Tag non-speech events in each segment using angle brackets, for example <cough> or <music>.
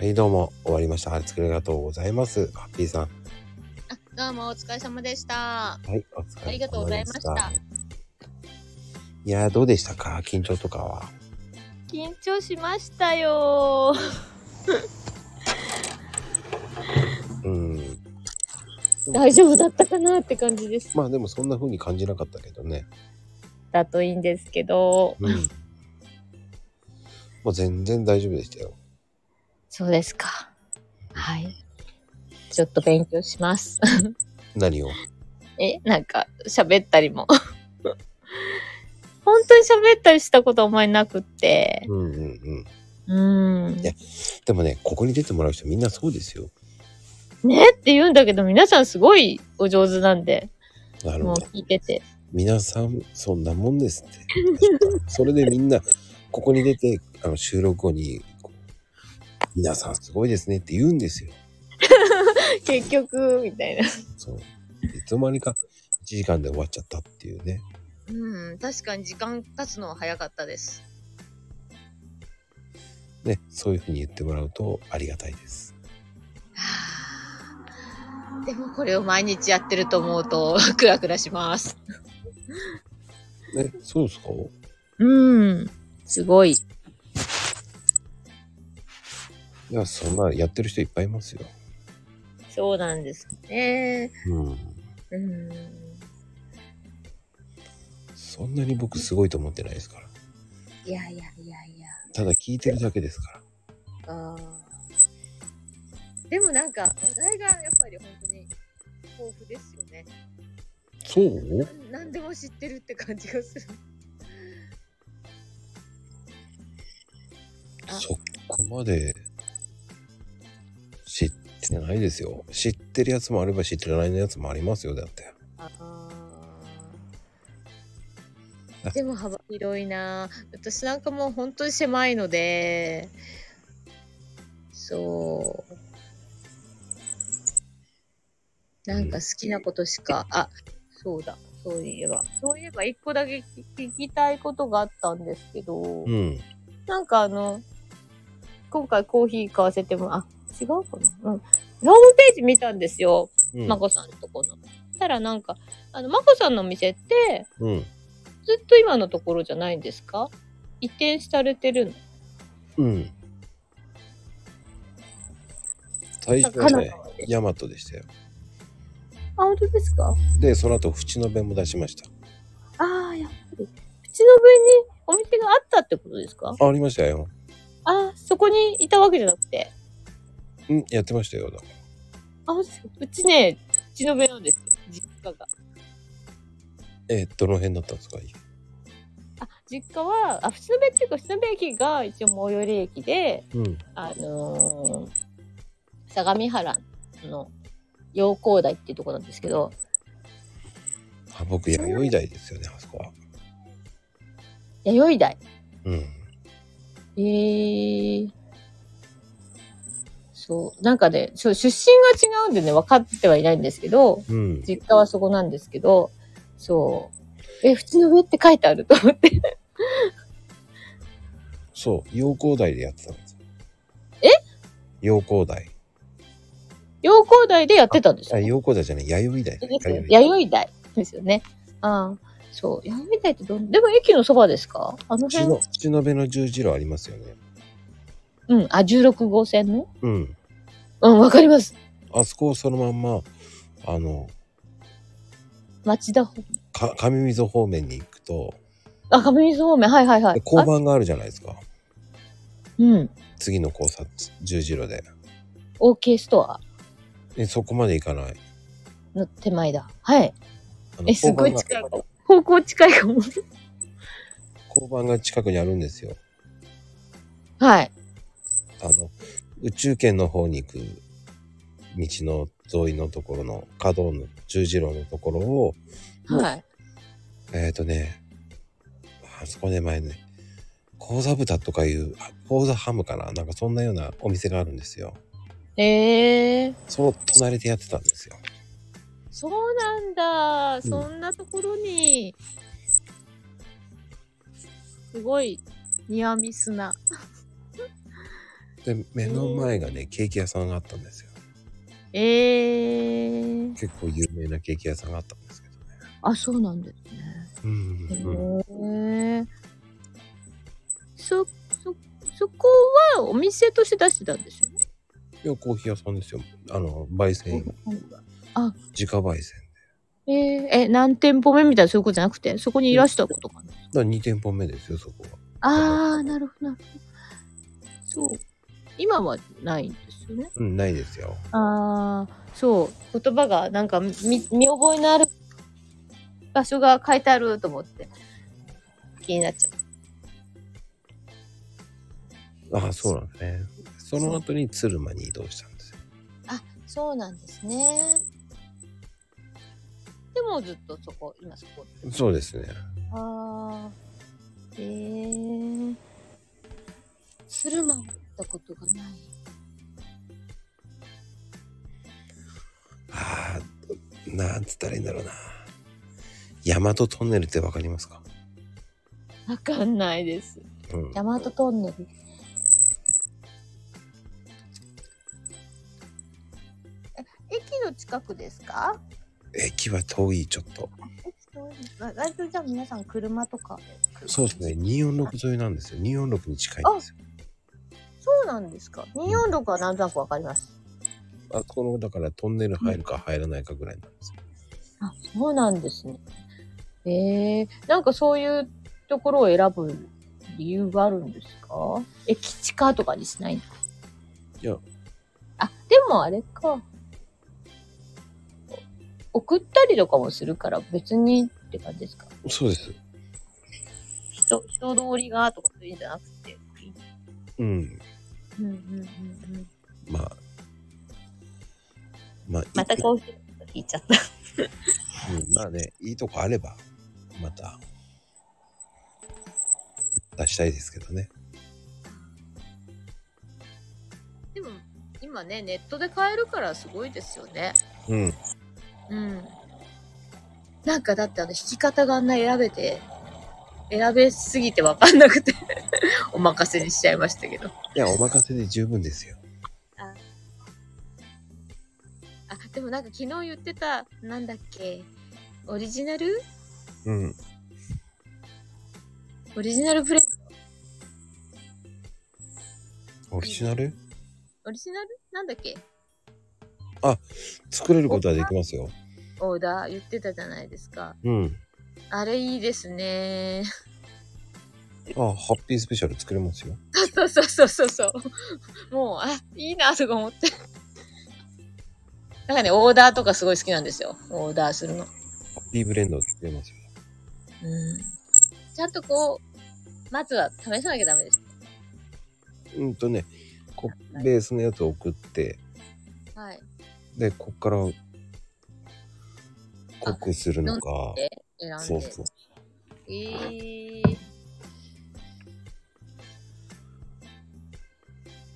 にどうも終わりました。ありがとうございます。ハッピーさん。あ、どうもお疲れ様でした。はい、お疲れ様でした。ありがとうございましたいやー、どうでしたか緊張とかは。緊張しましたようん。 <laughs> 大丈夫だったかなって感じです。まあでもそんな風に感じなかったけどね。だといいんですけど。うん。もう全然大丈夫でしたよ。そうですか。はい。ちょっと勉強します。 <laughs> 何をえ、なんか喋ったりも。 <laughs> 本当に喋ったりしたことあんまりなくって。うんうんうん。うーん。いやでもね、ここに出てもらう人みんなそうですよ。ねって言うんだけど、皆さんすごいお上手なんで、なるもほうど。聞いてて。皆さん、そんなもんですって。 <laughs> それでみんな、ここに出て、あの収録後に、皆さんすごいですねって言うんですよ。結局、みたいな。そう。いつの間にか1時間で終わっちゃったっていうね。うん、確かに時間経つのは早かったです。ね、そういうふうに言ってもらうとありがたいです。 <sighs> でもこれを毎日やってると思うと、 <laughs> クラクラします。ね、そうですかうん、すごい。いや、そんなやってる人いっぱいいますよ。そうなんですね。うん。うん。そんなに僕すごいと思ってないですから。いやいやいやいや。ただ聞いてるだけですから。あーでもなんか、話題がやっぱり本当に豊富ですよね。そう何でも知ってるって感じがする。あそこまで知ってないですよ。知ってるやつもあれば知ってないやつもありますよ。だって。あーでも幅広いな私なんかもう本当に狭いのでそうなんか好きなことしか、あそうだそういえばそういえば一個だけ聞きたいことがあったんですけど、うん。なんかあの、今回コーヒー買わせても、あ、違うかなうん。ホームページ見たんですよ。うんまこさんのとこの。たらなんか、あの、まこさんの店って、うん。ずっと今のところじゃないんですか移転されてるのうん。最初はね、ヤマトでしたよ。あ、本当ですかで、その後、淵の弁も出しました。ああ、やっぱり。口の上にお店があったってことですかあありましたよ。あー、そこにいたわけじゃなくて。うん、やってましたよ。だからあ、本当ですかうちね、口の上なんですよ。実家が。えーどの辺だったんですかあ、実家は、あ、淵の辺っていうか、淵の辺駅が一応最寄り駅で、うん。あのー相模原の陽光台っていうところなんですけど、あ僕、弥生台ですよね、あそこは。弥生台。うん。えー、そう、なんかね、そう出身が違うんでね、分かってはいないんですけど、うん。実家はそこなんですけど、そう、え、普通の上って書いてあると思って。 <laughs> そう、陽光台でやってたんですよ。え陽光台。陽光台でやってたんですあ、よ。陽光台じゃない、弥生台だね。ですよ弥弥生台ですよね。ああ、そう、弥生台ってどん、でも駅のそばですかあの生台。辺。淵の辺の十字路ありますよね。うん、あ、16号線のうん。うん、わかります。あそこをそのまんま、あの、町田方面。か上溝方面に行くと、あ、上水方面。はいはいはでい。交あ番があるじゃないですか。うん。次の交差十字路で。 OK ストアでそこまで行かない。の手前だ。はい。あのえ、すごい交近い番かがも。方向近いかも。交番が近くにあるんですよ。はい。あの、宇宙圏の方に行く道の沿いのところの角の十字路のところを、はい。えっ、ー、とね、あそこね、前ね、講座豚とかいう、あ講座ハムかななんかそんなようなお店があるんですよ。えー、その隣でやってたんですよ。そうなんだ。そんなところに、すごい、ニアミスな。で目の前がねケーキ屋さんがあったんですよえー。結構有名なケーキ屋さんがあったんですけどねあ、そうなんですね。うんへうん、うん、ーそ、そ、そこはお店として出してたんですよね。いやコーヒー屋さんですよあの焙煎自家焙煎えー、え、何店舗目みたいなそういうことじゃなくて、そこにいらしたことかな。だから2店舗目ですよそこはあー、なるほど、なるほど。そう。今はないんですよね。うんないですよああ、そう。言葉がなんか見見覚えのある場所が書いてあると思って気になっちゃう。ああそうなんですねその後に鶴間に移動したんですよそうなんですね。でもずっとそこ、今そこ。そうですねああ。ええー。鶴間は行ったことがない。ああなんつったらいいんだろうな大和トンネルってわかりますかわかんないです。うん大和トンネル。え駅の近くですか駅は遠いちょっと駅遠いですわ割とじゃあ皆さん車とかでそうですね246沿いなんですよ246に近いんですよそうなんですか246はなんとなくわかりますあそこのだからトンネル入るか入らないかぐらいなんですよあそうなんですねええなんかそういうところを選ぶ理由があるんですか駅地下とかにしないのいやあでもあれかお送ったりとかもするから別にって感じですかそうです人人通りがとかそういうんじゃなくてうんうんうんうんうんまあまあいいまたコーヒー引いちゃったうんまあねいいとこあればまた出したいですけどねでも今ねネットで買えるからすごいですよねうんうんなんかだってあの弾き方があんな選べて選べすぎてわかんなくて <laughs> お任せにしちゃいましたけどいやお任せで十分ですよあでもなんか昨日言ってたなんだっけオリジナルうんオリジナルプレイオリジナルオリジナルなんだっけ作れることはできますよオーダー言ってたじゃないですかうんあれいいですねあハッピースペシャル作れますよ <laughs> そうそうそうそうそうもうあいいなとか思 <laughs> ってなんかねオーダーとかすごい好きなんですよオーダーするのハッピーブレンド作れますようんちゃんとこう、まずは試さなきゃダメです。うんとねこベースのやつを送ってはい。でこっから濃くするのかで、選んで。そうそうえー、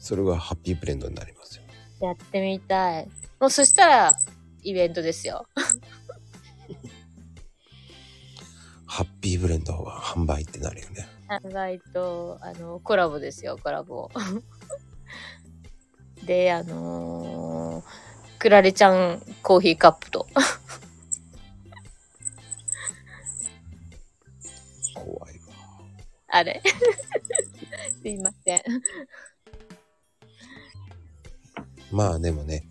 それがハッピーブレンドになりますよやってみたい。もうそしたら、イベントですよ。ハッピーブレンドは販売ってなるよね販売と、あの、コラボですよ、コラボ。 <laughs> で、あのー、クラレちゃんコーヒーカップと。怖いわあれ <laughs> すいません。まあでもね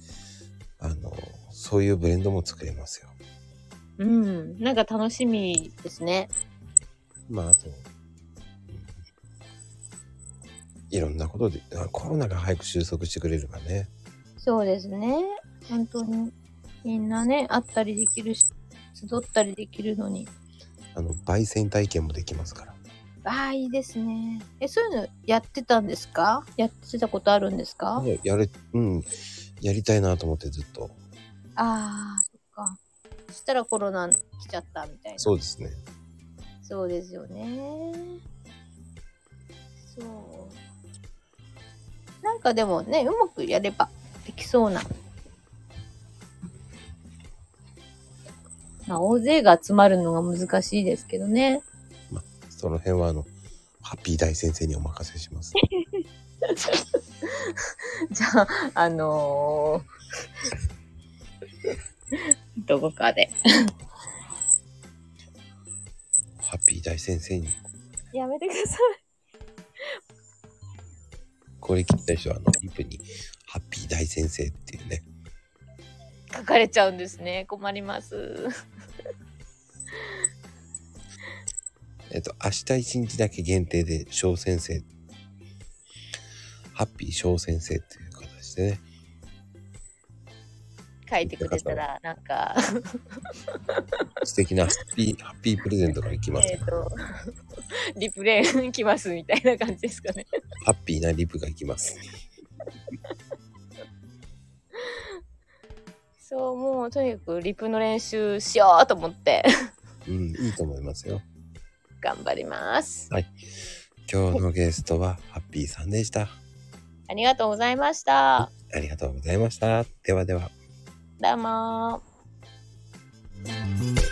あのそういうブレンドも作れますようん。なんか楽しみですね。まああと、うんいろんなことであコロナが早く収束してくれればねそうですね。本当にみんなね、会ったりできるし、集ったりできるのに。あの焙煎体験もできますからああ、いいですね。え、そういうのやってたんですかやってたことあるんですか、ねやれうんやりたいなと思ってずっとああ、そっか。そしたらコロナ来ちゃったみたいな。そうですねそうですよね。そう。なんかでもね、うまくやればできそうな。まあ、大勢が集まるのが難しいですけどね。その辺はあのハッピー大先生にお任せしますじゃあ、あのー <laughs> どこかで。ハッピー大先生に、やめてくださこれ聞いた人は、あの、リプに、ハッピー大先生っていうね、い。書かれちゃうんですね。困ります。えっと、明日一日だけ限定で、小先生、ハッピー小先生っていう形で <laughs> ね、書いてくれたら、なんか、素敵なハッピー、ハッピープレゼントが来ますえっ、と、リプレイ来ますみたいな感じですかね。ハッピーなリプが来ます。そう、もうとにかくリプの練習しようと思って、うん、いいと思いますよ。頑張ります。今日のゲストは、ハッピーさんでした。ありがとうございました。ありがとうございました。ではでは。どうもー。